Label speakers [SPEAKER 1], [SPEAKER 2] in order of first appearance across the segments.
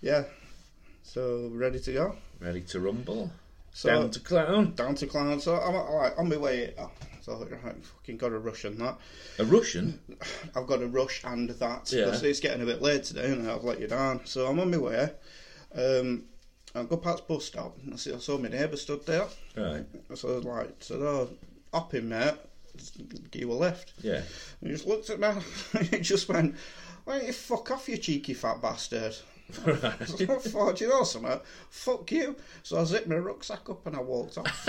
[SPEAKER 1] Yeah. So ready to go.
[SPEAKER 2] Ready to rumble?
[SPEAKER 1] So
[SPEAKER 2] Down to clown.
[SPEAKER 1] down to clown. So I'm all right, on my way. Oh, so I fucking got a rush and that.
[SPEAKER 2] A Russian?
[SPEAKER 1] I've got a rush and that.
[SPEAKER 2] Yeah.
[SPEAKER 1] So it's getting a bit late today, and I've let you down. So I'm on my way. Um, I go past bus stop. And I see I saw my neighbour stood there.
[SPEAKER 2] Right.
[SPEAKER 1] So I was like, so no, up him, mate. Just Give you a lift.
[SPEAKER 2] Yeah.
[SPEAKER 1] And he just looked at me. and he just went, "Why don't you fuck off, you cheeky fat bastard?"
[SPEAKER 2] Right.
[SPEAKER 1] So I thought, you know something? Fuck you. So I zipped my rucksack up and I walked off.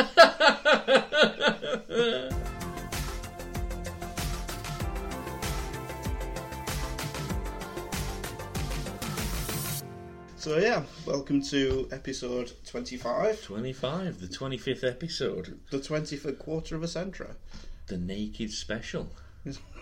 [SPEAKER 1] so yeah, welcome to episode 25,
[SPEAKER 2] 25, the 25th episode.
[SPEAKER 1] the 25th quarter of a century.
[SPEAKER 2] The Naked Special.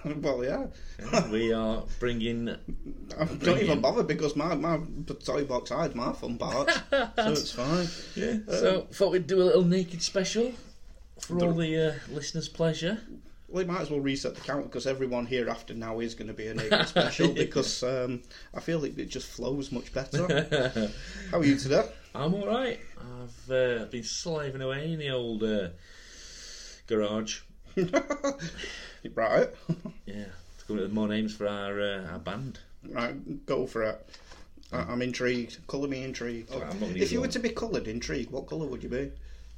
[SPEAKER 1] well, yeah.
[SPEAKER 2] Yeah, we are bringing.
[SPEAKER 1] I don't even bother because my, my toy box hides my fun parts, so it's fine.
[SPEAKER 2] Yeah. So, thought we'd do a little Naked Special for all the uh, listeners' pleasure.
[SPEAKER 1] Well, they might as well reset the count because everyone hereafter now is going to be a naked special because um, I feel it, it just flows much better. How are you today?
[SPEAKER 2] I'm alright. I've uh, been slaving away in the old uh, garage.
[SPEAKER 1] You Right,
[SPEAKER 2] Yeah. Coming up with more names for our, uh, our band.
[SPEAKER 1] right, go for it. I, I'm intrigued. Colour me intrigued.
[SPEAKER 2] Well, I'm not gonna
[SPEAKER 1] if you
[SPEAKER 2] go
[SPEAKER 1] were
[SPEAKER 2] on.
[SPEAKER 1] to be coloured intrigued, what colour would you be?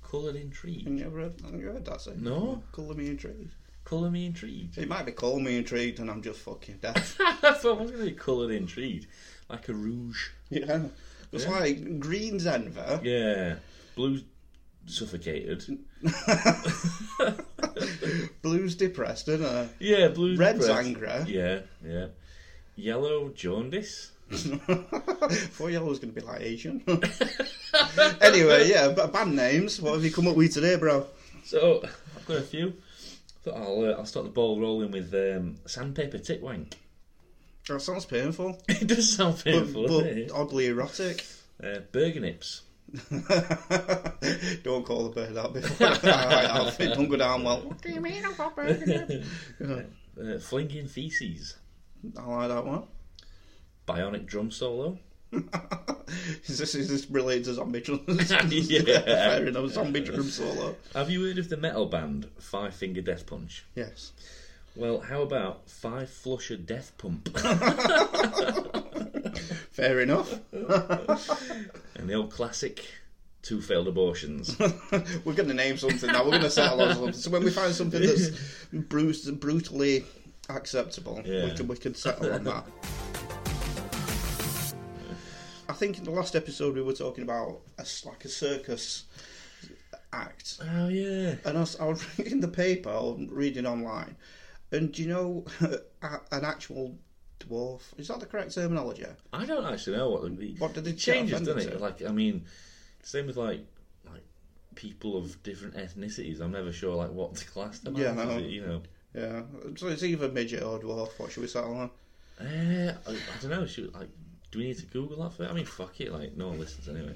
[SPEAKER 2] Coloured Intrigue.
[SPEAKER 1] Have you ever heard, have you heard that saying?
[SPEAKER 2] No.
[SPEAKER 1] Colour me intrigued.
[SPEAKER 2] Colour Me Intrigued.
[SPEAKER 1] It might be call me intrigued and I'm just fucking deaf.
[SPEAKER 2] I thought I was going to be coloured intrigued. Like a rouge.
[SPEAKER 1] yeah. It's like green's envy.
[SPEAKER 2] Yeah. Blue's suffocated.
[SPEAKER 1] Blue's depressed, isn't it?
[SPEAKER 2] Yeah, blue's
[SPEAKER 1] Red's
[SPEAKER 2] depressed.
[SPEAKER 1] angry.
[SPEAKER 2] Yeah, yeah. Yellow jaundice.
[SPEAKER 1] Four year old's going to be like Asian. anyway, yeah, but band names. What have you come up with today, bro?
[SPEAKER 2] So I've got a few. Thought I'll uh, I'll start the ball rolling with um, sandpaper titwank.
[SPEAKER 1] Oh, That sounds painful,
[SPEAKER 2] it does sound
[SPEAKER 1] but,
[SPEAKER 2] painful,
[SPEAKER 1] but
[SPEAKER 2] doesn't it?
[SPEAKER 1] oddly erotic.
[SPEAKER 2] Uh, Berganips.
[SPEAKER 1] Don't call the bird that before. Alright, outfit. Don't go down well. What do you mean I've got bird in it?
[SPEAKER 2] Uh, flinging feces.
[SPEAKER 1] I like that one.
[SPEAKER 2] Bionic drum solo.
[SPEAKER 1] Is this is this related to zombie drum? fair enough. Zombie drum solo.
[SPEAKER 2] Have you heard of the metal band Five Finger Death Punch?
[SPEAKER 1] Yes.
[SPEAKER 2] Well, how about Five Flusher Death Pump?
[SPEAKER 1] Fair enough.
[SPEAKER 2] and the old classic Two Failed Abortions.
[SPEAKER 1] We're going to name something now. We're going to settle on something. So when we find something that's brus- brutally acceptable, we
[SPEAKER 2] Yeah.
[SPEAKER 1] can we can settle on that. I think in the last episode we were talking about a s like a circus act,
[SPEAKER 2] oh, yeah.
[SPEAKER 1] and I was, I was reading the paper, or reading online, and do you know a- an actual dwarf? Is that the correct terminology?
[SPEAKER 2] I don't actually know what the
[SPEAKER 1] What did they
[SPEAKER 2] it changes,
[SPEAKER 1] get
[SPEAKER 2] doesn't
[SPEAKER 1] offended
[SPEAKER 2] it?
[SPEAKER 1] to?
[SPEAKER 2] Like, I mean, same with like like people of different ethnicities. I'm never sure like what to class them
[SPEAKER 1] Yeah,
[SPEAKER 2] as.
[SPEAKER 1] I
[SPEAKER 2] is
[SPEAKER 1] know.
[SPEAKER 2] it, you know,
[SPEAKER 1] Yeah, so it's either midget or dwarf. What should we settle on?
[SPEAKER 2] uh, I, I don't know. Should like, do we need to Google that for? I mean, fuck it. Like, no one listens anyway.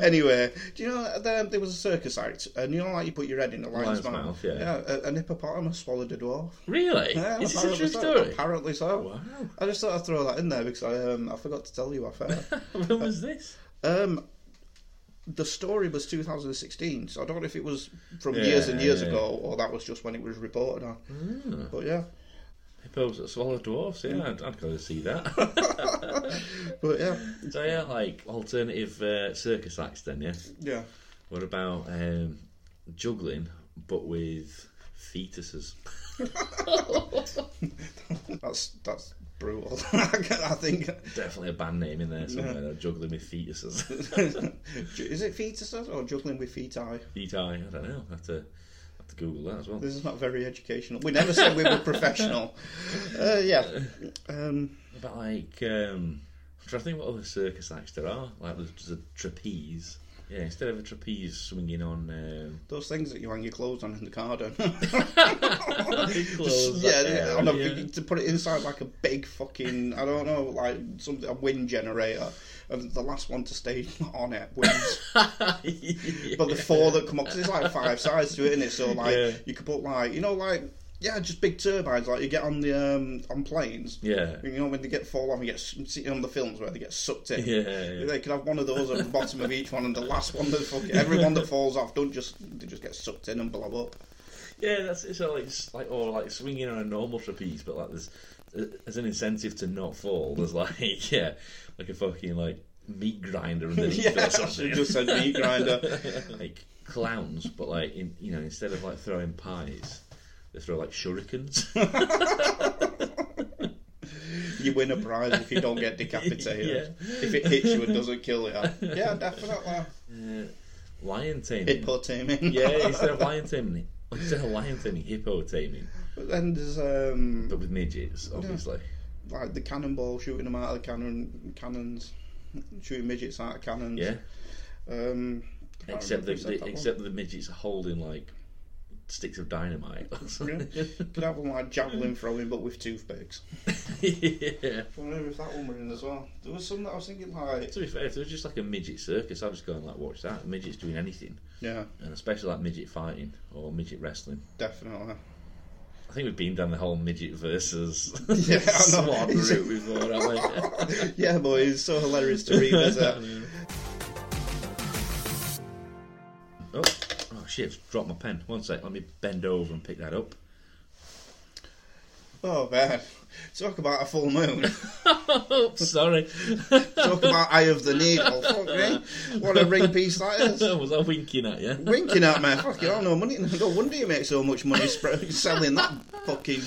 [SPEAKER 1] Anyway, do you know there, there was a circus act, and you know, like you put your head in a lion's,
[SPEAKER 2] Lion's mouth, yeah.
[SPEAKER 1] a, an hippopotamus swallowed a dwarf.
[SPEAKER 2] Really?
[SPEAKER 1] Yeah,
[SPEAKER 2] Is this a
[SPEAKER 1] apparently
[SPEAKER 2] true
[SPEAKER 1] so-
[SPEAKER 2] story?
[SPEAKER 1] Apparently so.
[SPEAKER 2] Wow.
[SPEAKER 1] I just thought I'd throw that in there because I, um, I forgot to tell you off air.
[SPEAKER 2] when was this?
[SPEAKER 1] um, the story was 2016, so I don't know if it was from
[SPEAKER 2] Yeah,
[SPEAKER 1] years and years
[SPEAKER 2] yeah.
[SPEAKER 1] ago or that was just when it was reported on. But yeah,
[SPEAKER 2] Ah. Hippos that swallow dwarfs. Yeah, I'd, I'd go to see that.
[SPEAKER 1] but yeah,
[SPEAKER 2] so yeah, like alternative uh, circus acts. Then yeah.
[SPEAKER 1] yeah.
[SPEAKER 2] What about um, juggling, but with fetuses?
[SPEAKER 1] That's that's brutal. I think
[SPEAKER 2] Definitely a band name in there somewhere. uh, Juggling with fetuses.
[SPEAKER 1] is it fetuses or juggling with feti?
[SPEAKER 2] Feet eye, I don't know. I have to have to Google that as well.
[SPEAKER 1] This is not very educational. We never said we were professional. Uh, yeah. Um,
[SPEAKER 2] What about like, um, I'm trying to think what other circus acts there are. Like there's, there's a trapeze. Yeah, instead of a trapeze swinging on. Um,
[SPEAKER 1] those things that you hang your clothes on in the garden.
[SPEAKER 2] um, clothes,
[SPEAKER 1] yeah,
[SPEAKER 2] yeah,
[SPEAKER 1] on a-
[SPEAKER 2] yeah.
[SPEAKER 1] to put it inside like a big fucking, I don't know, like some a wind generator. And the last one to stay on it wins. but the four that come up, 'cause there's like five sides to it, isn't it? So, like,
[SPEAKER 2] Yeah.
[SPEAKER 1] you could put, like, you know, like Yeah, just big turbines like you get on the um, on planes.
[SPEAKER 2] Yeah.
[SPEAKER 1] You know when they get fall off, and get see on the films where they get sucked in.
[SPEAKER 2] Yeah, yeah.
[SPEAKER 1] They could have one of those at the bottom of each one, and the last one that fucking everyone that falls off don't just they just get sucked in and blow up.
[SPEAKER 2] Yeah, that's it's all like it's like or like swinging on a normal trapeze, but like there's as an incentive to not fall. There's like yeah, like a fucking like meat grinder underneath
[SPEAKER 1] yeah,
[SPEAKER 2] or something.
[SPEAKER 1] I just said meat grinder.
[SPEAKER 2] like clowns, but like in, you know instead of like throwing pies, they throw like shurikens.
[SPEAKER 1] You win a prize if you don't get decapitated.
[SPEAKER 2] Yeah.
[SPEAKER 1] If it hits you and doesn't kill you, yeah, definitely.
[SPEAKER 2] uh, lion taming.
[SPEAKER 1] Hippo taming.
[SPEAKER 2] Yeah, instead of lion taming, instead of lion taming, hippo taming,
[SPEAKER 1] But then there's um
[SPEAKER 2] but with midgets, obviously.
[SPEAKER 1] like the cannonball shooting them out of the cannon cannons, shooting midgets out of cannons.
[SPEAKER 2] Yeah,
[SPEAKER 1] Um, I can't
[SPEAKER 2] except
[SPEAKER 1] remember
[SPEAKER 2] the,
[SPEAKER 1] who said
[SPEAKER 2] the
[SPEAKER 1] that
[SPEAKER 2] except the midgets are holding like sticks of dynamite. or
[SPEAKER 1] one.
[SPEAKER 2] something.
[SPEAKER 1] Yeah. Could have one like javelin throwing, but with toothpicks. I
[SPEAKER 2] yeah.
[SPEAKER 1] wonder if that one were in as well. There was some that I was thinking like,
[SPEAKER 2] To be fair, if there was just like a midget circus, I'd just go and like watch that. Midgets doing anything,
[SPEAKER 1] yeah,
[SPEAKER 2] and especially like midget fighting or midget wrestling.
[SPEAKER 1] definitely.
[SPEAKER 2] I think we've been down the whole midget versus
[SPEAKER 1] Yeah, I know.
[SPEAKER 2] swan route before, haven't we?
[SPEAKER 1] yeah, boy, it's so hilarious to revisit.
[SPEAKER 2] oh, oh shit! I've dropped my pen. One sec. Let me bend over and pick that up.
[SPEAKER 1] oh man, talk about a full moon.
[SPEAKER 2] Oh, sorry.
[SPEAKER 1] talk about eye of the needle. Fuck me, what a ring piece that is.
[SPEAKER 2] Was I winking at you?
[SPEAKER 1] winking at me. Fuck you, I don't know money. No wonder you make so much money sp- selling that fucking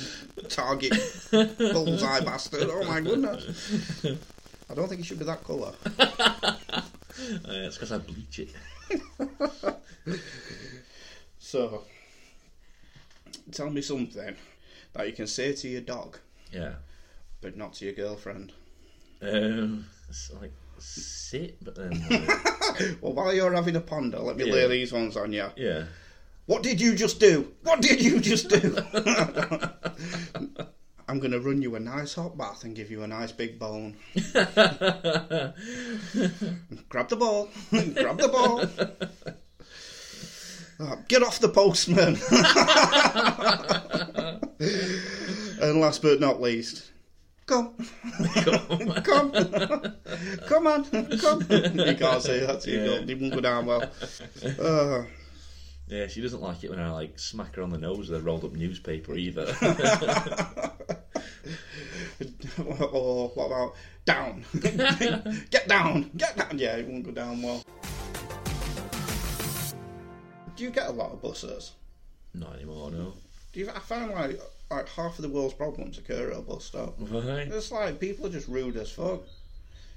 [SPEAKER 1] target bullseye bastard. Oh my goodness. I don't think it should be that colour.
[SPEAKER 2] Uh, it's because I bleach it.
[SPEAKER 1] So, tell me something that you can say to your dog,
[SPEAKER 2] Yeah.
[SPEAKER 1] but not to your girlfriend.
[SPEAKER 2] Um, it's like sit, but then uh, like,
[SPEAKER 1] Well, while you're having a ponder, let me lay
[SPEAKER 2] Yeah.
[SPEAKER 1] these ones on you.
[SPEAKER 2] yeah.
[SPEAKER 1] What did you just do? What did you just do? I'm going to run you a nice hot bath and give you a nice big bone. Grab the ball. Grab the ball. Ah, get off the postman. and last but not least, come. come. come on. Come. You can't say that to your
[SPEAKER 2] Yeah.
[SPEAKER 1] girl. It won't go down well. Ah.
[SPEAKER 2] Yeah, she doesn't like it when I like smack her on the nose with a rolled up newspaper either.
[SPEAKER 1] or what about down? get down, get down. Yeah, it won't go down well. Do you get a lot of buses?
[SPEAKER 2] Not anymore, no.
[SPEAKER 1] Do you? I find like like half of the world's problems occur at a bus stop.
[SPEAKER 2] Why?
[SPEAKER 1] It's like people are just rude as fuck.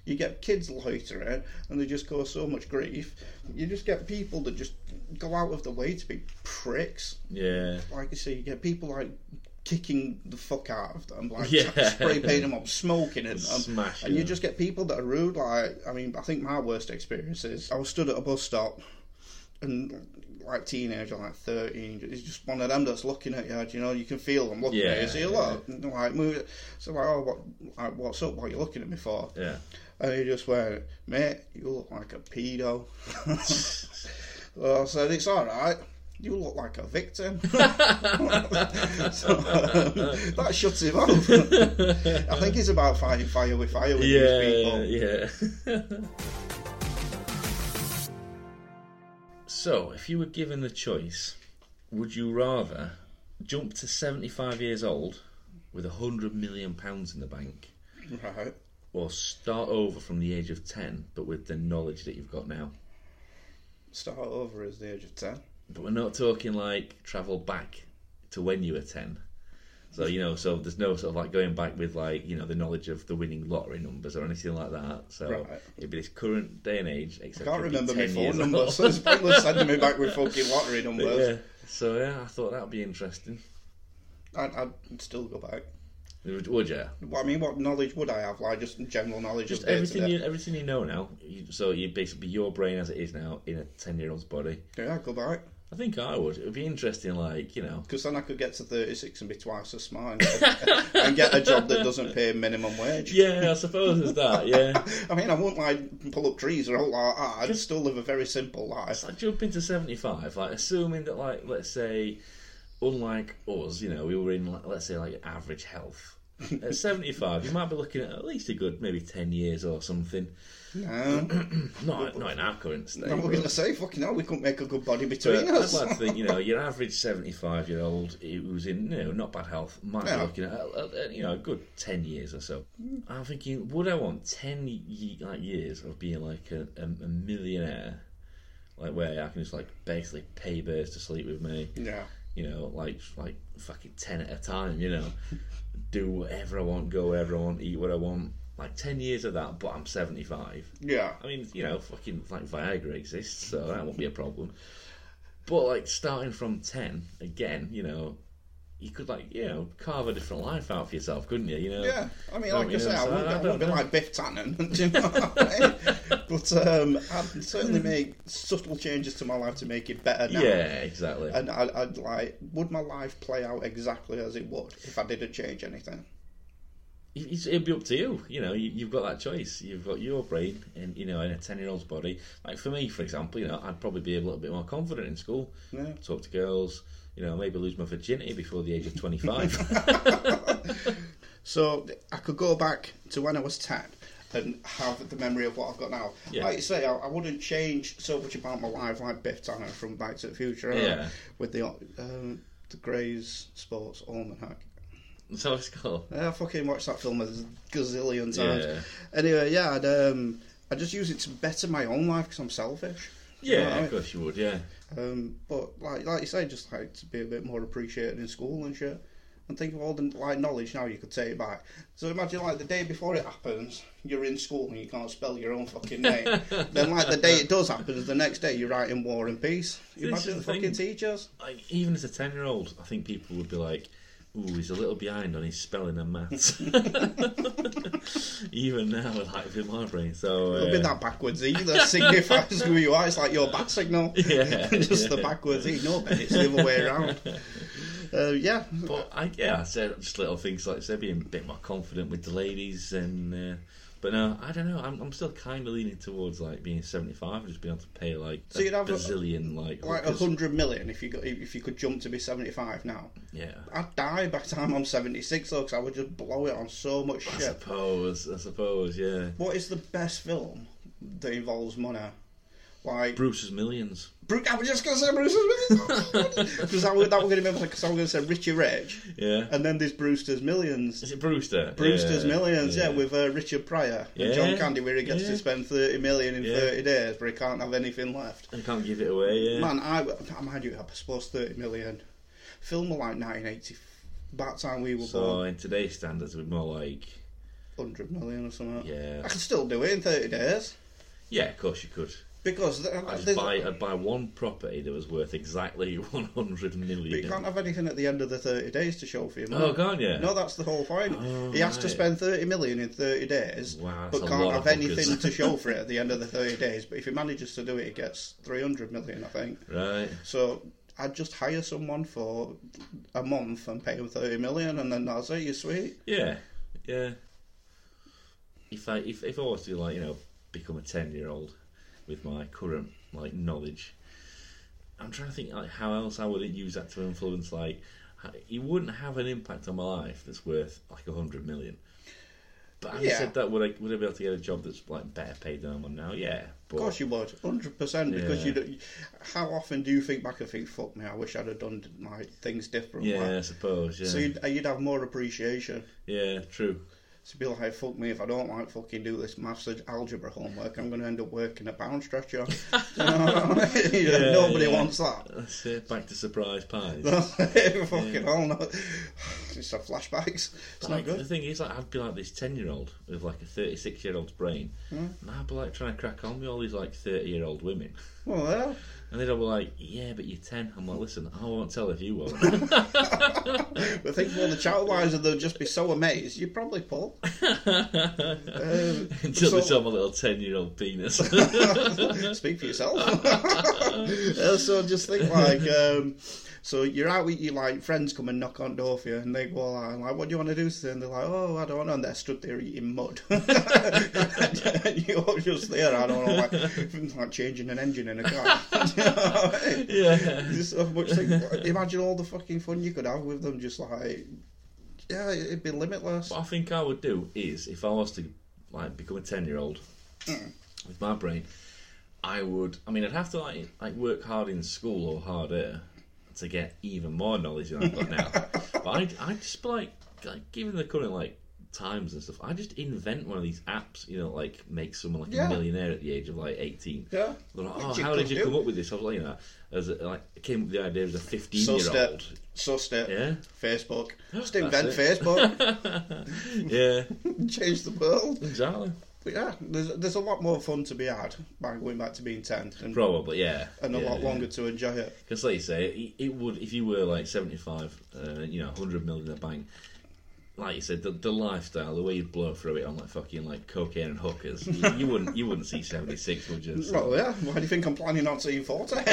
[SPEAKER 1] You get kids loitering, and they just cause so much grief. You just get people that just go out of the way to be pricks
[SPEAKER 2] Yeah.
[SPEAKER 1] like I say, you get people like kicking the fuck out of them, like
[SPEAKER 2] Yeah.
[SPEAKER 1] spray painting them up, smoking at them,
[SPEAKER 2] Smashing
[SPEAKER 1] and you
[SPEAKER 2] them.
[SPEAKER 1] just get people that are rude. Like, I mean, I think my worst experience is I was stood at a bus stop, and like teenager, like thirteen, it's just one of them that's looking at you. do You know, you can feel them looking at
[SPEAKER 2] Yeah,
[SPEAKER 1] you. So you
[SPEAKER 2] yeah.
[SPEAKER 1] look, and they're like move. it. So like, oh, what, like, what's up? What are you looking at me for?
[SPEAKER 2] Yeah.
[SPEAKER 1] And he just went, mate, you look like a pedo. well, I said, it's all right. You look like a victim. so, um, that shuts him up. I think it's about fighting fire with fire with these
[SPEAKER 2] Yeah.
[SPEAKER 1] people.
[SPEAKER 2] Yeah. so, if you were given the choice, would you rather jump to 75 years old with 100 million pounds in the bank
[SPEAKER 1] Right.
[SPEAKER 2] or start over from the age of 10 but with the knowledge that you've got now?
[SPEAKER 1] Start over as the age of 10.
[SPEAKER 2] But we're not talking like travel back to when you were 10. So, you know, so there's no sort of like going back with like, you know, the knowledge of the winning lottery numbers or anything like that. So
[SPEAKER 1] Right.
[SPEAKER 2] it'd be this current day and age, except
[SPEAKER 1] Can't
[SPEAKER 2] it'd be
[SPEAKER 1] remember
[SPEAKER 2] 10
[SPEAKER 1] my phone
[SPEAKER 2] years
[SPEAKER 1] number,
[SPEAKER 2] old.
[SPEAKER 1] so it's pointless sending me back with fucking lottery
[SPEAKER 2] But
[SPEAKER 1] numbers.
[SPEAKER 2] yeah. So, yeah, I thought that'd be interesting.
[SPEAKER 1] I'd, I'd still go back.
[SPEAKER 2] Would, would you?
[SPEAKER 1] Well, I mean, what knowledge would I have? Like, just general knowledge
[SPEAKER 2] Just
[SPEAKER 1] of day
[SPEAKER 2] everything you, everything you know now. You, so you basically your brain as it is now in a 10 year old's body.
[SPEAKER 1] Yeah, I'd go back.
[SPEAKER 2] I think I would. It would be interesting, like, you know.
[SPEAKER 1] Because then I could get to 36 and be twice as smart and- and get a job that doesn't pay minimum wage.
[SPEAKER 2] Yeah, I suppose there's that, yeah.
[SPEAKER 1] I mean, I won't like pull up trees or all like that. I'd still live a very simple life.
[SPEAKER 2] It's like jumping to 75, like assuming that, like, let's say, unlike us, you know, we were in like, let's say like average health. At 75, you might be looking at at least a good maybe 10 years or something.
[SPEAKER 1] No,
[SPEAKER 2] Not not in our current state.
[SPEAKER 1] Um, I'm
[SPEAKER 2] but-
[SPEAKER 1] going to say, fucking hell, we couldn't make a good body between
[SPEAKER 2] but I'd
[SPEAKER 1] us.
[SPEAKER 2] like to think, you know, your average 75 year old who's in, you know, not bad health might
[SPEAKER 1] Yeah.
[SPEAKER 2] be looking at, uh, uh, you know, a good 10 years or so. I'm thinking, would I want 10 ye- like years of being like a, a, a millionaire? Like, where I can just like basically pay birds to sleep with me,
[SPEAKER 1] Yeah.
[SPEAKER 2] you know, like like fucking 10 at a time, you know, do whatever I want, go wherever I want, eat what I want. Like 10 years of that, but I'm 75.
[SPEAKER 1] Yeah.
[SPEAKER 2] I mean, you know, fucking like Viagra exists, so that won't be a problem. But like starting from ten again, you know, you could like you know carve a different life out for yourself, couldn't you? You know,
[SPEAKER 1] Yeah, I mean,
[SPEAKER 2] Oh,
[SPEAKER 1] like I
[SPEAKER 2] yeah,
[SPEAKER 1] say, I
[SPEAKER 2] so
[SPEAKER 1] wouldn't,
[SPEAKER 2] I
[SPEAKER 1] I wouldn't
[SPEAKER 2] don't
[SPEAKER 1] be
[SPEAKER 2] know.
[SPEAKER 1] like Biff Tannen, do you know what I mean? but um, I'd certainly make subtle changes to my life to make it better now.
[SPEAKER 2] yeah, exactly.
[SPEAKER 1] And I'd, I'd like, would my life play out exactly as it would if I didn't change anything?
[SPEAKER 2] It- it's- It'd be up to you. You know, you, you've got that choice. You've got your brain, and you know, in a ten-year-old's body. Like for me, for example, you know, I'd probably be a little bit more confident in school.
[SPEAKER 1] Yeah.
[SPEAKER 2] Talk to girls. You know, maybe lose my virginity before the age of twenty-five.
[SPEAKER 1] So I could go back to when I was 10 and have the memory of what I've got now.
[SPEAKER 2] Yeah.
[SPEAKER 1] Like you say, I, I wouldn't change so much about my life like Biff Tanner from Back to the Future eh?
[SPEAKER 2] Yeah.
[SPEAKER 1] with the um, the Grays Sports Almanac.
[SPEAKER 2] so it's cool.
[SPEAKER 1] Yeah, I fucking watched that film a gazillion times.
[SPEAKER 2] Yeah.
[SPEAKER 1] Anyway, yeah, I'd, um, I just use it to better my own life because I'm selfish. You know what
[SPEAKER 2] Yeah,
[SPEAKER 1] I
[SPEAKER 2] of course you would. Yeah.
[SPEAKER 1] um, but like like you say, just like to be a bit more appreciated in school and shit. And think of all the like knowledge now you could take back. So imagine like the day before it happens, you're in school and you can't spell your own fucking name. then like the day it does happen, is the next day you're writing War and Peace. You
[SPEAKER 2] This
[SPEAKER 1] imagine the
[SPEAKER 2] is the
[SPEAKER 1] fucking
[SPEAKER 2] thing.
[SPEAKER 1] teachers.
[SPEAKER 2] like even as a ten year old, I think people would be like, "Ooh, he's a little behind on his spelling and maths." even now, like in my brain, so
[SPEAKER 1] It'll
[SPEAKER 2] uh,
[SPEAKER 1] be that backwards E that signifies who you are. It's like your bat signal.
[SPEAKER 2] Yeah.
[SPEAKER 1] just the backwards E. No, Ben, it's the other way around. Uh, yeah,
[SPEAKER 2] But I, yeah, I said just little things like say being a bit more confident with the ladies, and uh, but no, I don't know. I'm, I'm still kind of leaning towards like being 75 and just being able to pay like
[SPEAKER 1] So
[SPEAKER 2] a
[SPEAKER 1] you'd have a-
[SPEAKER 2] bazillion like,
[SPEAKER 1] like a
[SPEAKER 2] hookers.
[SPEAKER 1] hundred million if you got, if you could jump to be seventy five now.
[SPEAKER 2] yeah.
[SPEAKER 1] I'd die by the time I'm 76, though, 'cause I would just blow it on so much
[SPEAKER 2] I
[SPEAKER 1] shit.
[SPEAKER 2] suppose, I suppose, yeah.
[SPEAKER 1] What is the best film that involves money? Like,
[SPEAKER 2] Bruce's millions.
[SPEAKER 1] Bru- I was just going to say Oh Brewster's Because I was, that was going to be because I was going to say Richie Rich,
[SPEAKER 2] Yeah.
[SPEAKER 1] and then there's Brewster's Millions.
[SPEAKER 2] Is it Brewster?
[SPEAKER 1] Uh, Brewster's
[SPEAKER 2] Yeah,
[SPEAKER 1] Millions, yeah, with uh, Richard Pryor and John
[SPEAKER 2] Yeah,
[SPEAKER 1] Candy, where he gets to
[SPEAKER 2] yeah.
[SPEAKER 1] spend 30 million in
[SPEAKER 2] Yeah.
[SPEAKER 1] 30 days, but he can't have anything left.
[SPEAKER 2] I can't give it away. Yeah.
[SPEAKER 1] Man, I, I mind you, I suppose 30 million. Film were like 1980, about the time we were
[SPEAKER 2] So
[SPEAKER 1] born,
[SPEAKER 2] in today's standards, we're more like,
[SPEAKER 1] 100 million or something. I
[SPEAKER 2] yeah,
[SPEAKER 1] can still do it in 30 days
[SPEAKER 2] yeah. Of course you could.
[SPEAKER 1] because th-
[SPEAKER 2] I'd
[SPEAKER 1] there's-
[SPEAKER 2] buy, I'd buy one property that was worth exactly one hundred
[SPEAKER 1] but you can't
[SPEAKER 2] million.
[SPEAKER 1] have anything at the end of the 30 days to show for your money.
[SPEAKER 2] Oh, can't you?
[SPEAKER 1] No, that's the whole point.
[SPEAKER 2] Oh,
[SPEAKER 1] he has to
[SPEAKER 2] right.
[SPEAKER 1] spend 30 million in 30 days,
[SPEAKER 2] Wow, that's
[SPEAKER 1] but
[SPEAKER 2] a
[SPEAKER 1] can't
[SPEAKER 2] lot
[SPEAKER 1] have
[SPEAKER 2] of
[SPEAKER 1] anything
[SPEAKER 2] hookers.
[SPEAKER 1] to show for it at the end of the 30 days. But if he manages to do it, he gets 300 million, I think.
[SPEAKER 2] Right.
[SPEAKER 1] So I'd just hire someone for a month and pay him 30 million, and then that's it, you're sweet.
[SPEAKER 2] Yeah. Yeah. If I if if I was to like you know become a ten year old with my current like knowledge, I'm trying to think like how else I would use that to influence like h- it wouldn't have an impact on my life that's worth like a hundred million. But having
[SPEAKER 1] Yeah.
[SPEAKER 2] said that, would I would I be able to get a job that's like better paid than I'm on now? Yeah. But
[SPEAKER 1] Of course you would, 100%, because
[SPEAKER 2] Yeah.
[SPEAKER 1] you do, how often do you think back and think, fuck me, I wish I'd have done my things differently?
[SPEAKER 2] Yeah, I suppose. Yeah.
[SPEAKER 1] So you'd, uh, you'd have more appreciation.
[SPEAKER 2] Yeah, true.
[SPEAKER 1] So be like, fuck me, if I don't like fucking do this maths and algebra homework, I'm going to end up working a pound stretcher. You know what I mean?
[SPEAKER 2] Yeah,
[SPEAKER 1] Nobody
[SPEAKER 2] yeah.
[SPEAKER 1] wants that.
[SPEAKER 2] That's it. Back to surprise pies.
[SPEAKER 1] fucking hell, no. It's the flashbacks. It's not
[SPEAKER 2] Like, the
[SPEAKER 1] good.
[SPEAKER 2] thing is, like, I'd be like this ten-year-old with like a thirty-six-year-old's brain,
[SPEAKER 1] Hmm.
[SPEAKER 2] and I'd be like trying to crack on with all these like thirty-year-old women,
[SPEAKER 1] Well, yeah.
[SPEAKER 2] and they'd all be like, "Yeah, but you're 10. I'm like, "Listen, I won't tell if you won't."
[SPEAKER 1] But think of all the chat lines and they'll just be so amazed. You'd probably pull. Um,
[SPEAKER 2] Until
[SPEAKER 1] so-
[SPEAKER 2] they saw my little ten-year-old penis.
[SPEAKER 1] Speak for yourself. Uh, so just think like, um, so you're out with your like friends come and knock on door for you, and they go like, like, "What do you want to do?" today?" And they're like, "Oh, I don't know." And they're stood there eating mud. and you it was just there. I don't know, like, it's like changing an engine in a car. Do you know what I mean?
[SPEAKER 2] Yeah.
[SPEAKER 1] There's so much thing. Imagine all the fucking fun you could have with them. Just like, yeah, it'd be limitless.
[SPEAKER 2] What I think I would do is, if I was to like become a ten-year-old
[SPEAKER 1] Mm.
[SPEAKER 2] with my brain, I would. I mean, I'd have to like like work hard in school or harder to get even more knowledge than I've got now. but I I just be like like given the current like times and stuff, I just invent one of these apps. You know, like make someone like
[SPEAKER 1] Yeah.
[SPEAKER 2] a millionaire at the age of like eighteen.
[SPEAKER 1] Yeah.
[SPEAKER 2] They're like, oh,
[SPEAKER 1] Which you
[SPEAKER 2] how did
[SPEAKER 1] could
[SPEAKER 2] you
[SPEAKER 1] do.
[SPEAKER 2] come up with this? I was like, you know, as a, like I came up with the idea as
[SPEAKER 1] So
[SPEAKER 2] a
[SPEAKER 1] step,
[SPEAKER 2] fifteen-year-old.
[SPEAKER 1] so step.
[SPEAKER 2] Yeah.
[SPEAKER 1] Facebook. Just
[SPEAKER 2] That's
[SPEAKER 1] invent
[SPEAKER 2] it.
[SPEAKER 1] Facebook.
[SPEAKER 2] yeah,
[SPEAKER 1] Change the world.
[SPEAKER 2] exactly.
[SPEAKER 1] But yeah, there's there's a lot more fun to be had by going back to being ten, and,
[SPEAKER 2] Probably, yeah.
[SPEAKER 1] and a
[SPEAKER 2] yeah,
[SPEAKER 1] lot
[SPEAKER 2] yeah.
[SPEAKER 1] longer to enjoy it.
[SPEAKER 2] Because, like you say, it, it would if you were like seventy-five, uh, you know, hundred million in the bank. Like you said, the, the lifestyle, the way you'd blow through it on like fucking like cocaine and hookers, you, you wouldn't you wouldn't see seventy-six, would you? So-
[SPEAKER 1] Well, yeah. Why do you think I'm planning on seeing forty?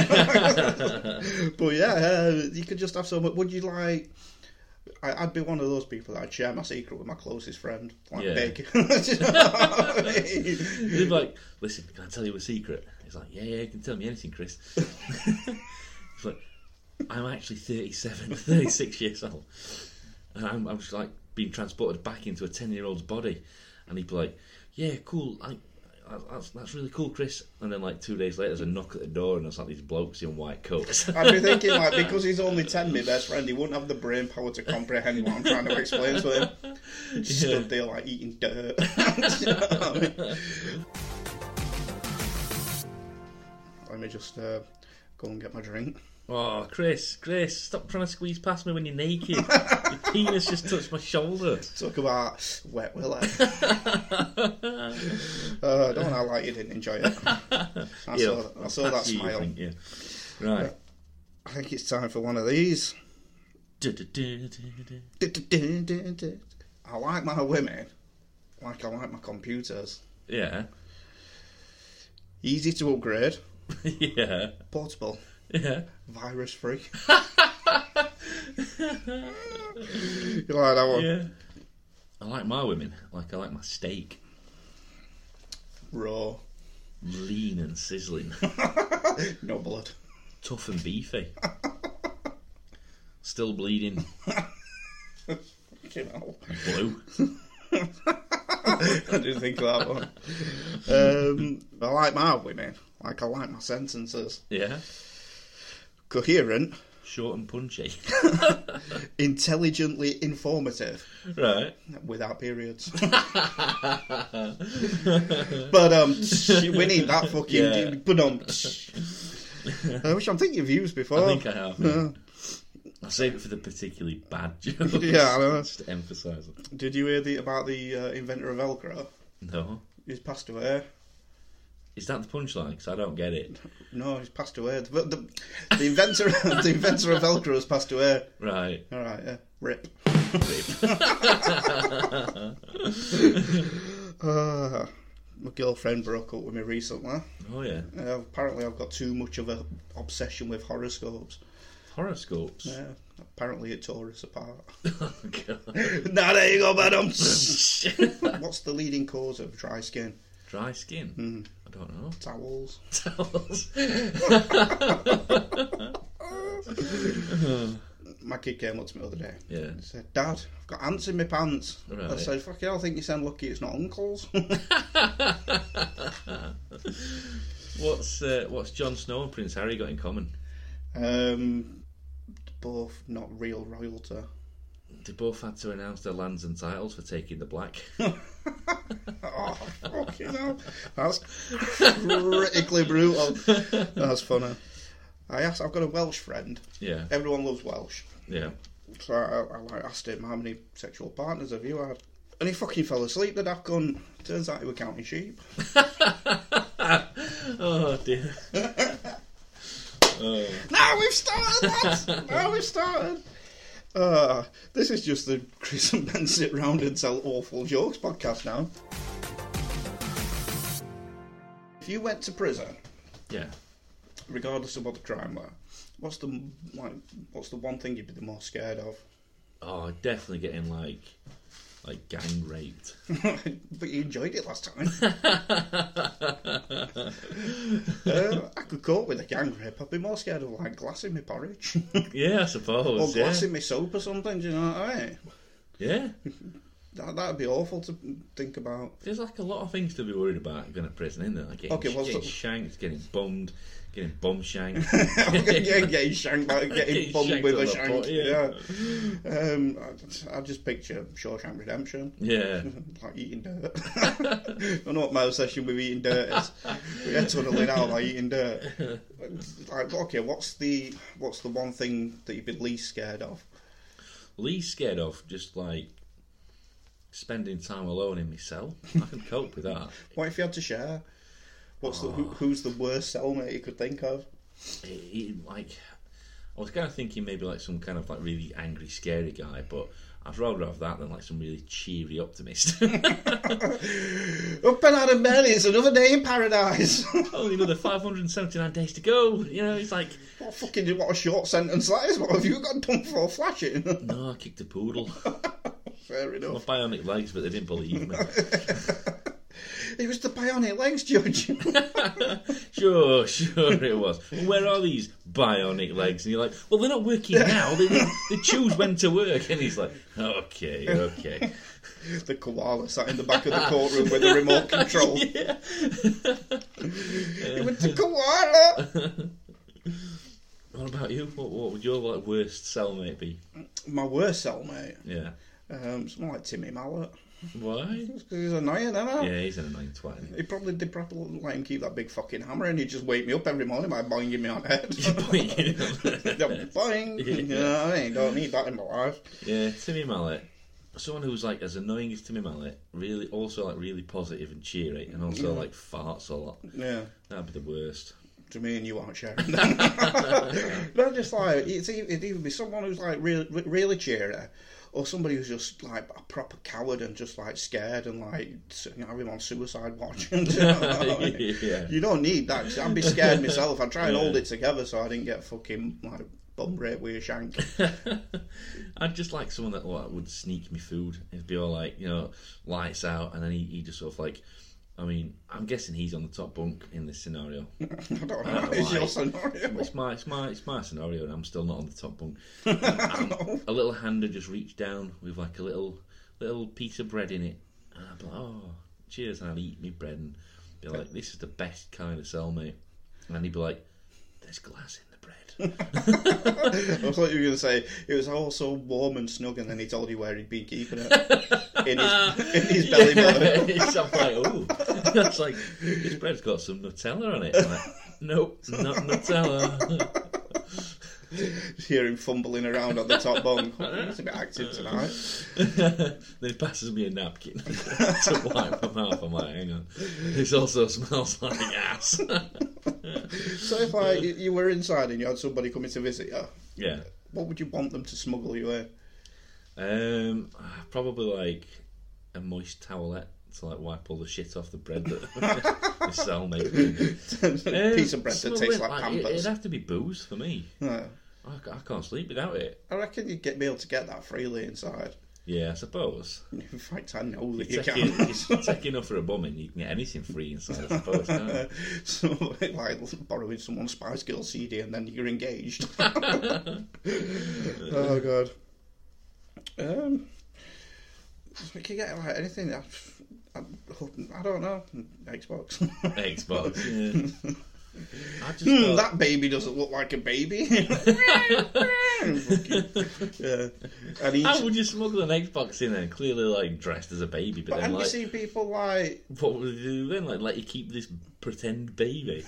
[SPEAKER 1] but yeah, uh, you could just have so much. Would you like? I, I'd be one of those people that I'd share my secret with my closest friend, like
[SPEAKER 2] Yeah.
[SPEAKER 1] big. Do you know what I mean?
[SPEAKER 2] You'd be like, listen, can I tell you a secret? He's like, yeah, yeah, you can tell me anything, Chris. He's like, I'm actually 37, 36 years old. And I'm, I'm just like being transported back into a 10 year old's body. And he'd be like, yeah, cool. I, I, that's, that's really cool, Chris. And then, like, two days later, there's a knock at the door, and there's like these blokes in white coats.
[SPEAKER 1] I'd be thinking like because he's only ten, my best friend, he wouldn't have the brain power to comprehend what I'm trying to explain to him. Just stood there like eating dirt. Do you know what I mean? Let me just uh, go and get my drink.
[SPEAKER 2] oh, Chris, Chris, stop trying to squeeze past me when you're naked. Your penis just touched my shoulder.
[SPEAKER 1] Talk about wet willow. uh, don't know, like you didn't enjoy it. I saw, I saw that
[SPEAKER 2] that's you, you
[SPEAKER 1] smile.
[SPEAKER 2] think, yeah. Right.
[SPEAKER 1] I think it's time for one of these.
[SPEAKER 2] Du-du-du-du-du-du.
[SPEAKER 1] I like my women like I like my computers.
[SPEAKER 2] Yeah.
[SPEAKER 1] Easy to upgrade,
[SPEAKER 2] yeah.
[SPEAKER 1] portable,
[SPEAKER 2] Yeah.
[SPEAKER 1] virus free. you like that one?
[SPEAKER 2] Yeah. I like my women. Like I like my steak.
[SPEAKER 1] Raw,
[SPEAKER 2] Lean and sizzling.
[SPEAKER 1] no blood.
[SPEAKER 2] Tough and beefy. Still bleeding.
[SPEAKER 1] You know,
[SPEAKER 2] Blue.
[SPEAKER 1] I didn't think of that one. Um, I like my women like I like my sentences.
[SPEAKER 2] Yeah.
[SPEAKER 1] Coherent,
[SPEAKER 2] Short and punchy.
[SPEAKER 1] intelligently informative,
[SPEAKER 2] right.
[SPEAKER 1] without periods. but um, we need that fucking.
[SPEAKER 2] Yeah.
[SPEAKER 1] But um, I wish I'm thinking of views before. Uh,
[SPEAKER 2] I think I have. Yeah. I save it for the particularly bad jokes.
[SPEAKER 1] Yeah, I know.
[SPEAKER 2] Just to emphasise it.
[SPEAKER 1] Did you hear the about the uh, inventor of Velcro?
[SPEAKER 2] No.
[SPEAKER 1] He's passed away.
[SPEAKER 2] Is that the punchline? Because I don't get it.
[SPEAKER 1] No, he's passed away. The, the, the inventor, the inventor of Velcro has passed away.
[SPEAKER 2] Right.
[SPEAKER 1] All right, yeah, rip. Uh, my girlfriend broke up with me recently.
[SPEAKER 2] oh yeah.
[SPEAKER 1] Uh, apparently, I've got too much of a obsession with horoscopes.
[SPEAKER 2] Horoscopes.
[SPEAKER 1] Yeah, apparently, it tore us apart.
[SPEAKER 2] Oh, God.
[SPEAKER 1] now there you go, madam. What's the leading cause of dry skin?
[SPEAKER 2] Dry skin.
[SPEAKER 1] Hmm.
[SPEAKER 2] I don't know.
[SPEAKER 1] Towels.
[SPEAKER 2] Towels.
[SPEAKER 1] My kid came up to me the other day.
[SPEAKER 2] Yeah.
[SPEAKER 1] He said, Dad, I've got ants in my pants. I
[SPEAKER 2] Right.
[SPEAKER 1] said, Fuck yeah, I think you sound lucky it's not uncles.
[SPEAKER 2] What's uh, what's Jon Snow and Prince Harry got in common?
[SPEAKER 1] um, both not real royalty.
[SPEAKER 2] They both had to announce their lands and titles for taking the black.
[SPEAKER 1] Oh, fucking hell. That's critically brutal. That's funny. I asked, I've got a Welsh friend.
[SPEAKER 2] yeah,
[SPEAKER 1] Everyone loves Welsh.
[SPEAKER 2] yeah.
[SPEAKER 1] So I, I like asked him, How many sexual partners have you had? And he fucking fell asleep, the daft cunt. Turns out he was counting sheep.
[SPEAKER 2] Oh dear. oh,
[SPEAKER 1] Now we've started, lads! now we've started! Uh, this is just the Chris and Ben sit round and tell awful jokes podcast now. If you went to prison,
[SPEAKER 2] yeah.
[SPEAKER 1] regardless of what the crime were, what's the like? What's the one thing you'd be the most scared of?
[SPEAKER 2] Oh, definitely getting like like gang raped.
[SPEAKER 1] but you enjoyed it last time. Uh, I could cope with a gang rape. I'd be more scared of like glass in my porridge
[SPEAKER 2] yeah, I
[SPEAKER 1] or
[SPEAKER 2] suppose.
[SPEAKER 1] glass
[SPEAKER 2] yeah.
[SPEAKER 1] in my soap or something. Do you know what I mean?
[SPEAKER 2] yeah,
[SPEAKER 1] That that'd be awful to think about.
[SPEAKER 2] there's like a lot of things to be worried about going to prison, isn't there? Like getting,
[SPEAKER 1] Okay, well,
[SPEAKER 2] getting
[SPEAKER 1] so-
[SPEAKER 2] shanked, getting bummed, getting bum shanked.
[SPEAKER 1] yeah, getting shanked, by getting
[SPEAKER 2] Getting
[SPEAKER 1] bummed
[SPEAKER 2] shanked
[SPEAKER 1] with
[SPEAKER 2] on
[SPEAKER 1] a
[SPEAKER 2] the
[SPEAKER 1] shank.
[SPEAKER 2] pot,
[SPEAKER 1] yeah.
[SPEAKER 2] yeah.
[SPEAKER 1] Um, I, I just picture Shawshank Redemption,
[SPEAKER 2] yeah,
[SPEAKER 1] like eating dirt. I know what my obsession with eating dirt is. We're tunneling out by eating dirt. Like, okay, what's the what's the one thing that you've been least scared of?
[SPEAKER 2] least scared of just like spending time alone in my cell. I can cope with that.
[SPEAKER 1] What if you had to share? What's the
[SPEAKER 2] Ah.
[SPEAKER 1] who, who's the worst cellmate you could think of?
[SPEAKER 2] It- it- like I was kind of thinking maybe like some kind of like really angry, scary guy, but I'd rather have that than like some really cheery optimist.
[SPEAKER 1] Up and out of bed, it's another day in paradise.
[SPEAKER 2] Only another 579 days to go. You know, it's like
[SPEAKER 1] what fucking what a short sentence that is. What have you got done for flashing?
[SPEAKER 2] no, I kicked a poodle.
[SPEAKER 1] Fair
[SPEAKER 2] My
[SPEAKER 1] enough.
[SPEAKER 2] bionic legs, but they didn't believe me.
[SPEAKER 1] It was the bionic legs, Judge.
[SPEAKER 2] Sure, sure it was. Where are these bionic legs? And you're like, well, they're not working now. They, they choose when to work. And he's like, okay, okay.
[SPEAKER 1] the koala sat in the back of the courtroom with a remote control.
[SPEAKER 2] Yeah.
[SPEAKER 1] It was the koala.
[SPEAKER 2] What about you? What, what would your like worst cellmate be?
[SPEAKER 1] My worst cellmate,
[SPEAKER 2] Yeah.
[SPEAKER 1] um, someone like Timmy Mallet,
[SPEAKER 2] Why?
[SPEAKER 1] because he's annoying, isn't he?
[SPEAKER 2] Yeah, he's an annoying twat. isn't
[SPEAKER 1] He probably did probably let him keep that big fucking hammer, and he'd just wake me up every morning by banging me on the head.
[SPEAKER 2] he?
[SPEAKER 1] Yeah, boing. You know what I mean? Don't need that in my life.
[SPEAKER 2] yeah, Timmy Mallet. Someone who's like as annoying as Timmy Mallet, really also like really positive and cheery, and also like farts a lot.
[SPEAKER 1] Yeah.
[SPEAKER 2] That'd be the worst.
[SPEAKER 1] To me and you aren't sharing that. but I'm just like, it's, e- it'd either be someone who's like really, really cheery or somebody who's just like a proper coward and just like scared and like, you know, him on suicide watch. you, know what I mean?
[SPEAKER 2] Yeah.
[SPEAKER 1] You don't need that. 'cause I'd be scared myself. I'd try and hold it together so I didn't get fucking like bum raped with a shank.
[SPEAKER 2] I'd just like someone that like, would sneak me food. It'd be all like, you know, lights out, and then he, he just sort of like, I mean, I'm guessing he's on the top bunk in this scenario.
[SPEAKER 1] I don't know. It's your scenario.
[SPEAKER 2] It's my it's my it's my scenario, and I'm still not on the top bunk. And I'm- a little hand had just reached down with like a little little piece of bread in it, and I'd be like, oh, cheers, and I'd eat me bread and be like, this is the best kind of cellmate. And he'd be like, there's glass in the bread.
[SPEAKER 1] I thought you were going to say it was all so warm and snug, and then he told you where he'd been keeping it in his, in his belly button.
[SPEAKER 2] It's- I'm like, ooh, that's like this bread's got some Nutella on it. I'm like, nope, not Nutella.
[SPEAKER 1] Just hear him fumbling around on the top bunk. Oh, He's a bit active tonight.
[SPEAKER 2] then he passes me a napkin to wipe my mouth. I'm like, hang on, this also smells like ass.
[SPEAKER 1] So if like you- you were inside and you had somebody coming to visit you,
[SPEAKER 2] yeah.
[SPEAKER 1] what would you want them to smuggle you in?
[SPEAKER 2] Um, ah, probably like a moist towelette to like wipe all the shit off the bread that the cellmate. made. Um,
[SPEAKER 1] Piece of bread that
[SPEAKER 2] smuggle
[SPEAKER 1] tastes
[SPEAKER 2] it,
[SPEAKER 1] like
[SPEAKER 2] it-
[SPEAKER 1] Pampers.
[SPEAKER 2] It'd have to be booze for me.
[SPEAKER 1] Yeah.
[SPEAKER 2] I, ca- I can't sleep without it.
[SPEAKER 1] I reckon you'd get be able to get that freely inside.
[SPEAKER 2] Yeah, I suppose.
[SPEAKER 1] In fact, I know that you
[SPEAKER 2] It's like,
[SPEAKER 1] can.
[SPEAKER 2] it's, it's like enough for a bombing. You can get anything free inside, I suppose. can't you?
[SPEAKER 1] so like borrowing someone's Spice Girl CD and then you're engaged. oh god. Um, we could get like anything. I, I, I don't know. Xbox.
[SPEAKER 2] Xbox. Yeah. I just
[SPEAKER 1] Hmm,
[SPEAKER 2] thought,
[SPEAKER 1] that baby doesn't look like a baby. yeah. And each,
[SPEAKER 2] how would you smuggle an Xbox in there? Clearly, like dressed as a baby, but,
[SPEAKER 1] but
[SPEAKER 2] then
[SPEAKER 1] have you
[SPEAKER 2] like,
[SPEAKER 1] seen people like
[SPEAKER 2] what would they do then? Like, let you keep this pretend baby?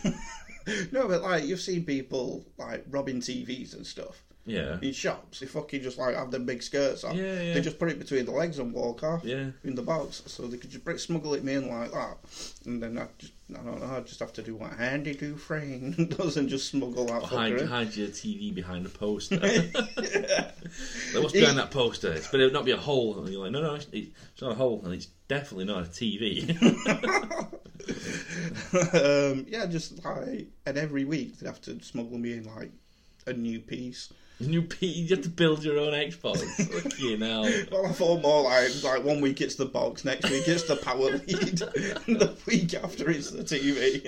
[SPEAKER 1] no, but like you've seen people like robbing TVs and stuff.
[SPEAKER 2] Yeah,
[SPEAKER 1] in shops, they fucking just like have them big skirts on.
[SPEAKER 2] Yeah, yeah.
[SPEAKER 1] They just put it between the legs and walk off
[SPEAKER 2] yeah.
[SPEAKER 1] in the box, so they could just bring- smuggle it in like that. And then I just, I don't know, I just have to do what Andy Dufresne does and just smuggle that
[SPEAKER 2] Hide,
[SPEAKER 1] fucker in.
[SPEAKER 2] hide your TV behind a poster. Like, What's behind that poster? It's but it would not be a hole. And you're like, no, no, it's, it's not a hole, and it's definitely not a TV.
[SPEAKER 1] um, yeah, just like, and every week they have to smuggle me in like a new piece.
[SPEAKER 2] And you, you have to build your own Xbox. Fucking hell.
[SPEAKER 1] Well, I thought more like like one week it's the box, next week it's the power lead, and the week after it's the TV,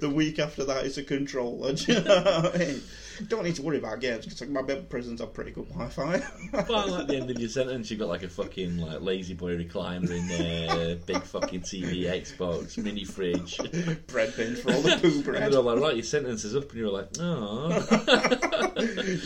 [SPEAKER 1] the week after that it's a controller. Do you know what I mean? Don't need to worry about games because like, my bed prisons have pretty good Wi-Fi.
[SPEAKER 2] Well, at the end of your sentence, you've got like a fucking like lazy boy recliner in there, big fucking TV, Xbox, mini fridge.
[SPEAKER 1] bread bin for all the poo
[SPEAKER 2] And
[SPEAKER 1] bread.
[SPEAKER 2] they're like, right, your sentence is up, and you're like, oh.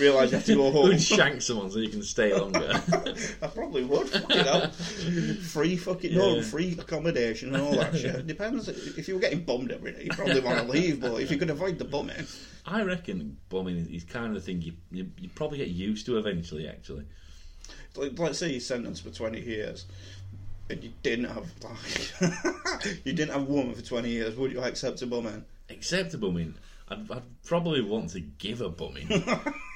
[SPEAKER 1] Realise you have to go home.
[SPEAKER 2] Would shank someone so you can stay longer.
[SPEAKER 1] I probably would. Fucking hell. Free fucking no,
[SPEAKER 2] Yeah.
[SPEAKER 1] free accommodation and all that shit. Depends if you were getting bummed every day, you probably want to leave. But if you could avoid the bumming,
[SPEAKER 2] I reckon bombing is- is kind of the thing you, you you probably get used to eventually. Actually,
[SPEAKER 1] like, let's say you're sentenced for 20 years and you didn't have like you didn't have a woman for 20 years would you accept a woman
[SPEAKER 2] except a bumming, I'd, I'd probably want to give a bumming.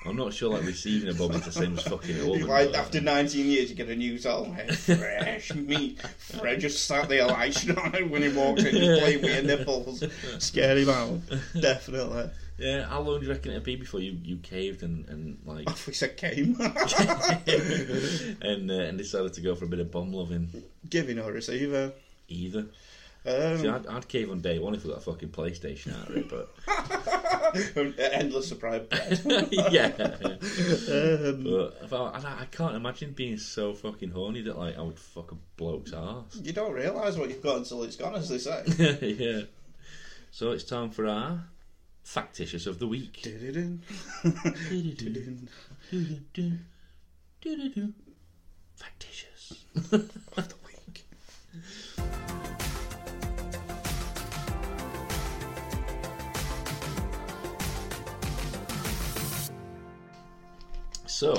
[SPEAKER 2] I'm not sure like receiving a bumming is the same as fucking a woman.
[SPEAKER 1] like
[SPEAKER 2] though.
[SPEAKER 1] after 19 years you get a new title hey, fresh meat Fred just sat there like snarling when he walks in he's playing with your nipples scared him out definitely
[SPEAKER 2] yeah, how long do you reckon it'd be before you, you caved and and like
[SPEAKER 1] if we said came
[SPEAKER 2] and uh, and decided to go for a bit of bomb loving?
[SPEAKER 1] giving or receiving
[SPEAKER 2] Either. See,
[SPEAKER 1] um,
[SPEAKER 2] I'd, I'd cave on day one if we got a fucking PlayStation out of it, but
[SPEAKER 1] endless surprise
[SPEAKER 2] yeah.
[SPEAKER 1] um,
[SPEAKER 2] But if I, I, I can't imagine being so fucking horny that like I would fuck a bloke's ass.
[SPEAKER 1] you don't realise what you've got until it's gone as they say
[SPEAKER 2] yeah. So it's time for our factitious of the week.
[SPEAKER 1] Did
[SPEAKER 2] Du-du-du,
[SPEAKER 1] it
[SPEAKER 2] du-du-du, du-du-du. Factitious.
[SPEAKER 1] of the week.
[SPEAKER 2] So,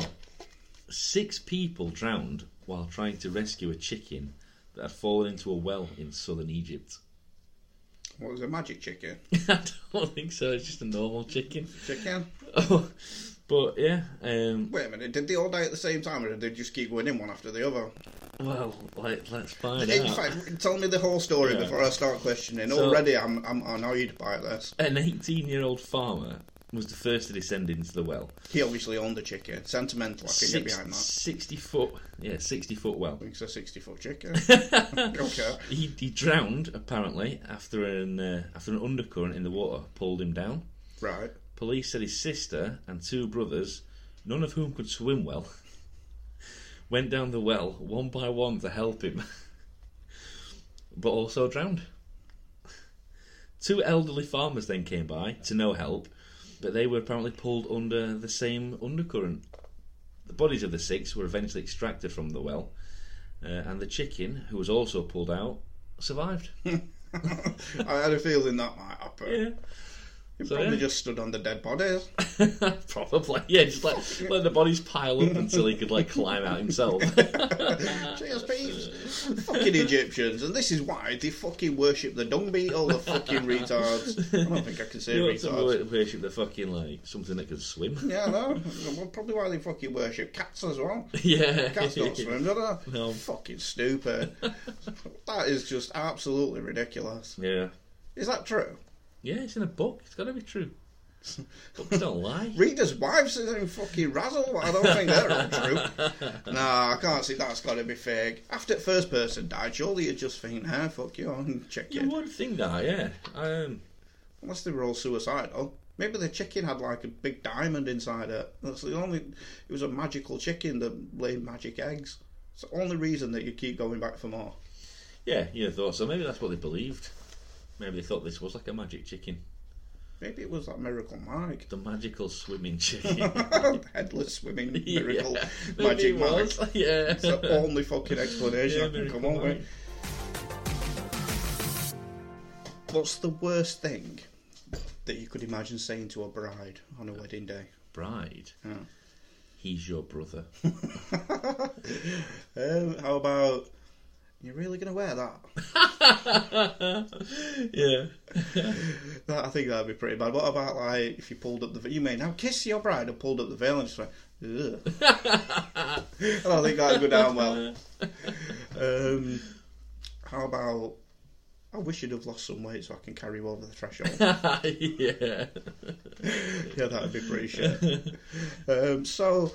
[SPEAKER 2] six people drowned while trying to rescue a chicken that had fallen into a well in southern Egypt.
[SPEAKER 1] What was a magic chicken?
[SPEAKER 2] I don't think so. It's just a normal chicken. Oh,
[SPEAKER 1] Chicken?
[SPEAKER 2] but yeah, um,
[SPEAKER 1] Wait a minute, did they all die at the same time or did they just keep going in one after the other?
[SPEAKER 2] well, like, let's find
[SPEAKER 1] In
[SPEAKER 2] out.
[SPEAKER 1] fact, tell me the whole story
[SPEAKER 2] Yeah.
[SPEAKER 1] before I start questioning.
[SPEAKER 2] So-
[SPEAKER 1] Already I'm, I'm annoyed by this.
[SPEAKER 2] An 18 year old farmer was the first to descend into the well.
[SPEAKER 1] He obviously owned the chicken. Sentimental, I can get
[SPEAKER 2] Six-
[SPEAKER 1] behind that.
[SPEAKER 2] 60 foot, yeah, 60 foot well.
[SPEAKER 1] It's a 60 foot chicken. okay.
[SPEAKER 2] He, he drowned apparently after an uh, after an undercurrent in the water pulled him down.
[SPEAKER 1] Right.
[SPEAKER 2] Police said his sister and two brothers, none of whom could swim well, went down the well one by one to help him, but also drowned. Two elderly farmers then came by to no help, but they were apparently pulled under the same undercurrent. The bodies of the six were eventually extracted from the well, uh, and the chicken, who was also pulled out, survived.
[SPEAKER 1] I had a feeling that might happen.
[SPEAKER 2] Yeah.
[SPEAKER 1] He
[SPEAKER 2] So,
[SPEAKER 1] probably
[SPEAKER 2] yeah.
[SPEAKER 1] just stood on the dead bodies.
[SPEAKER 2] Probably, yeah. Just like let the bodies pile up until he could like climb out himself.
[SPEAKER 1] Cheers, peeps. fucking Egyptians. And this is why they fucking worship the dung beetle, the fucking retards. I don't think I can say
[SPEAKER 2] you ought to
[SPEAKER 1] retards.
[SPEAKER 2] wor- worship the fucking like something that can swim.
[SPEAKER 1] Yeah, no. Well, probably why they fucking worship cats as well.
[SPEAKER 2] yeah,
[SPEAKER 1] Cats don't swim, do they?
[SPEAKER 2] No.
[SPEAKER 1] Fucking stupid. that is just absolutely ridiculous.
[SPEAKER 2] yeah,
[SPEAKER 1] Is that true?
[SPEAKER 2] yeah. It's in a book. It's got to be true. Books don't lie.
[SPEAKER 1] Reader's wives is in fucking razzle. I don't think they're all true. Nah, I can't see that's got to be fake. After the first person died, surely you just think, nah, fuck you, I'm
[SPEAKER 2] You
[SPEAKER 1] chicken.
[SPEAKER 2] would think that, yeah. Um,
[SPEAKER 1] Unless they were all suicidal. Maybe the chicken had like a big diamond inside it. That's the only. It was a magical chicken that laid magic eggs. It's the only reason that you keep going back for more.
[SPEAKER 2] yeah, you thought so. Maybe that's what they believed. Maybe they thought this was like a magic chicken,
[SPEAKER 1] Maybe it was that Miracle Mike.
[SPEAKER 2] the magical swimming chicken.
[SPEAKER 1] Headless swimming
[SPEAKER 2] Yeah,
[SPEAKER 1] miracle
[SPEAKER 2] maybe
[SPEAKER 1] Magic
[SPEAKER 2] it
[SPEAKER 1] Mike.
[SPEAKER 2] was. Yeah.
[SPEAKER 1] It's the only fucking explanation I can
[SPEAKER 2] Miracle
[SPEAKER 1] come up
[SPEAKER 2] Mike.
[SPEAKER 1] with. What's the worst thing that you could imagine saying to a bride on a wedding day?
[SPEAKER 2] Bride.
[SPEAKER 1] Yeah.
[SPEAKER 2] He's your brother.
[SPEAKER 1] Um, how about you're really gonna wear that?
[SPEAKER 2] yeah.
[SPEAKER 1] That- I think that'd be pretty bad. What about like if you pulled up the veil? You may now kiss your bride and pulled up the veil and just went. Ugh. I don't think that'd go down well. Um, how about I wish you'd have lost some weight so I can carry you over the threshold.
[SPEAKER 2] yeah.
[SPEAKER 1] yeah, that would be pretty shit. um, so,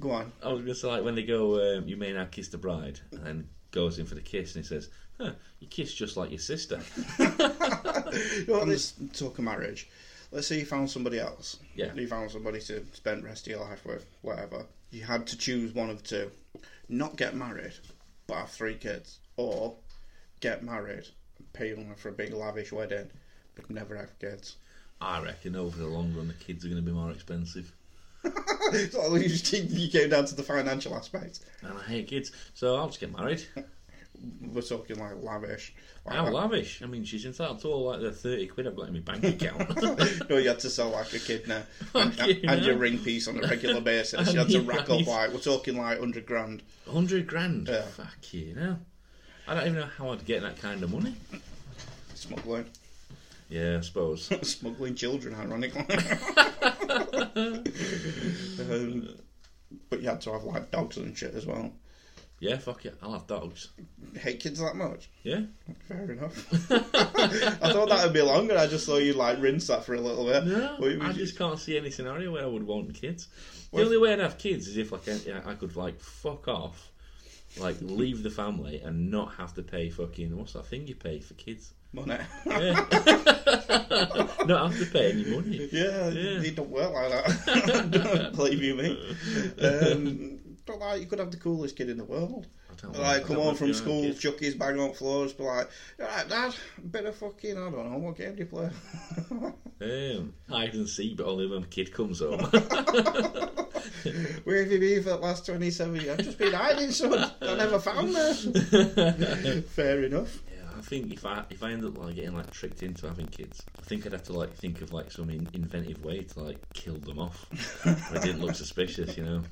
[SPEAKER 1] go on.
[SPEAKER 2] I was going to say, like, when they go, um, you may now kiss the bride, and goes in for the kiss, and he says, huh, you kiss just like your sister.
[SPEAKER 1] You know, let's talk of marriage. Let's say you found somebody else.
[SPEAKER 2] Yeah.
[SPEAKER 1] You found somebody to spend the rest of your life with, whatever. You had to choose one of two. Not get married, but have three kids. Or get married, and pay them for a big lavish wedding, but never have kids.
[SPEAKER 2] I reckon over the long run, the kids are going to be more expensive.
[SPEAKER 1] so you, just keep- you came down to the financial aspect.
[SPEAKER 2] And I hate kids, so I'll just get married.
[SPEAKER 1] We're talking like lavish. Like
[SPEAKER 2] How
[SPEAKER 1] that.
[SPEAKER 2] lavish. I mean, she's entitled to all, like, the 30 quid I've got in my bank account.
[SPEAKER 1] no, you had to sell like a kidney and,
[SPEAKER 2] Fucking
[SPEAKER 1] and your
[SPEAKER 2] hell.
[SPEAKER 1] ring piece on a regular basis. You had to
[SPEAKER 2] mean,
[SPEAKER 1] rack
[SPEAKER 2] that
[SPEAKER 1] up
[SPEAKER 2] is-
[SPEAKER 1] like we're talking like hundred grand.
[SPEAKER 2] 100 grand?
[SPEAKER 1] Yeah.
[SPEAKER 2] Fuck you, know. I don't even know how I'd get that kind of money.
[SPEAKER 1] Smuggling,
[SPEAKER 2] Yeah, I suppose.
[SPEAKER 1] smuggling children, ironically. um, but you had to have like dogs and shit as well.
[SPEAKER 2] yeah, fuck it. I'll have dogs.
[SPEAKER 1] Hate kids that much?
[SPEAKER 2] Yeah?
[SPEAKER 1] Fair enough. I thought that would be longer. I just thought you'd like rinse that for a little bit.
[SPEAKER 2] No,
[SPEAKER 1] What would
[SPEAKER 2] I
[SPEAKER 1] you-
[SPEAKER 2] just can't see any scenario where I would want kids.
[SPEAKER 1] Well,
[SPEAKER 2] the only way I'd have kids is if like I, I could like fuck off, like leave the family and not have to pay fucking what's that thing you pay for kids?
[SPEAKER 1] money.
[SPEAKER 2] Yeah. not have to pay any money.
[SPEAKER 1] Yeah,
[SPEAKER 2] Yeah.
[SPEAKER 1] they don't work like that. Believe you me. Um, but like, you could have the coolest kid in the world.
[SPEAKER 2] I don't want- I
[SPEAKER 1] Like,
[SPEAKER 2] don't
[SPEAKER 1] come home
[SPEAKER 2] want
[SPEAKER 1] from
[SPEAKER 2] to have
[SPEAKER 1] school,
[SPEAKER 2] kids.
[SPEAKER 1] chuck his bag on floors, be like, alright, dad, bit of fucking, I don't know, what game do you play?
[SPEAKER 2] Um, hide and seek, but only when the kid comes home.
[SPEAKER 1] Where have you been for the last 27 years? I've just been hiding, son. I never found her. Fair enough.
[SPEAKER 2] Yeah, I think if I if I end up like getting like tricked into having kids, I think I'd have to like think of like some in- inventive way to like kill them off. I didn't look suspicious, you know.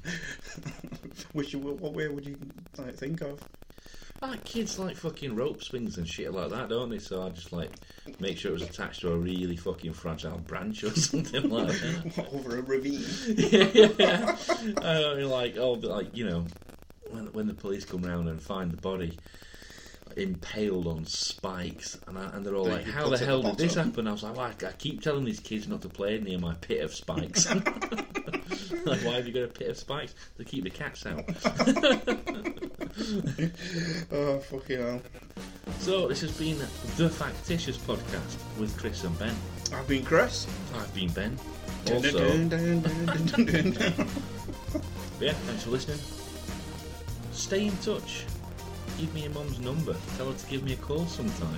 [SPEAKER 1] Which, what way would you like, think of?
[SPEAKER 2] Like kids like fucking rope swings and shit like that, don't they? So I just like make sure it was attached to a really fucking fragile branch or something like that.
[SPEAKER 1] Over a ravine.
[SPEAKER 2] yeah, uh, like oh, but like you know, when when the police come round and find the body impaled on spikes, and I, and they're all
[SPEAKER 1] They-
[SPEAKER 2] like,
[SPEAKER 1] you
[SPEAKER 2] "How
[SPEAKER 1] put
[SPEAKER 2] the
[SPEAKER 1] at the
[SPEAKER 2] hell did this
[SPEAKER 1] bottom."
[SPEAKER 2] happen?" I was like, well, I, "I keep telling these kids not to play near my pit of spikes." like, why have you got a pit of spikes? To keep the cats out.
[SPEAKER 1] Oh, fucking hell.
[SPEAKER 2] So this has been the Factitious podcast with Chris and Ben.
[SPEAKER 1] I've been Chris.
[SPEAKER 2] I've been Ben. Also, yeah, thanks for listening. Stay in touch. Give me your mum's number. Tell her to give me a call sometime.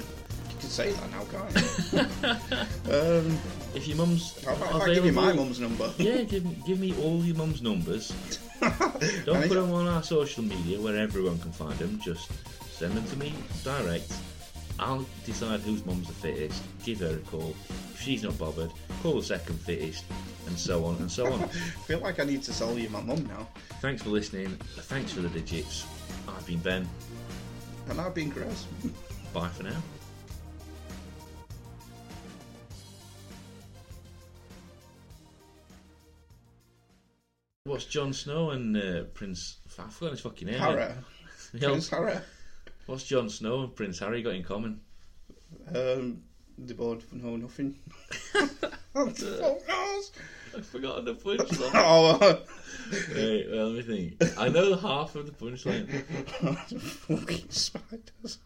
[SPEAKER 1] You can say that now, can't you? um,
[SPEAKER 2] If your mum's
[SPEAKER 1] I'll,
[SPEAKER 2] not
[SPEAKER 1] I'll give you my
[SPEAKER 2] available-
[SPEAKER 1] mum's number.
[SPEAKER 2] Yeah, give, give me all your mum's numbers. Don't
[SPEAKER 1] I-
[SPEAKER 2] put them on our social media where everyone can find them. Just send them to me direct. I'll decide whose mum's the fittest. Give her a call. If she's not bothered, call the second fittest, and so on and so on.
[SPEAKER 1] I feel like I need to sell you my mum now.
[SPEAKER 2] Thanks for listening. Thanks for the digits. I've been Ben.
[SPEAKER 1] And I've been Chris.
[SPEAKER 2] Bye for now. What's Jon Snow and uh, Prince I forgot his fucking name?
[SPEAKER 1] Harry.
[SPEAKER 2] Yeah,
[SPEAKER 1] Prince Harry.
[SPEAKER 2] What's Jon Snow and Prince Harry got in common?
[SPEAKER 1] Um, the board know nothing. Oh, What the fuck knows?
[SPEAKER 2] I've forgotten the punchline.
[SPEAKER 1] Oh,
[SPEAKER 2] Wait, well, let me think. I know half of the punchline.
[SPEAKER 1] fucking spiders.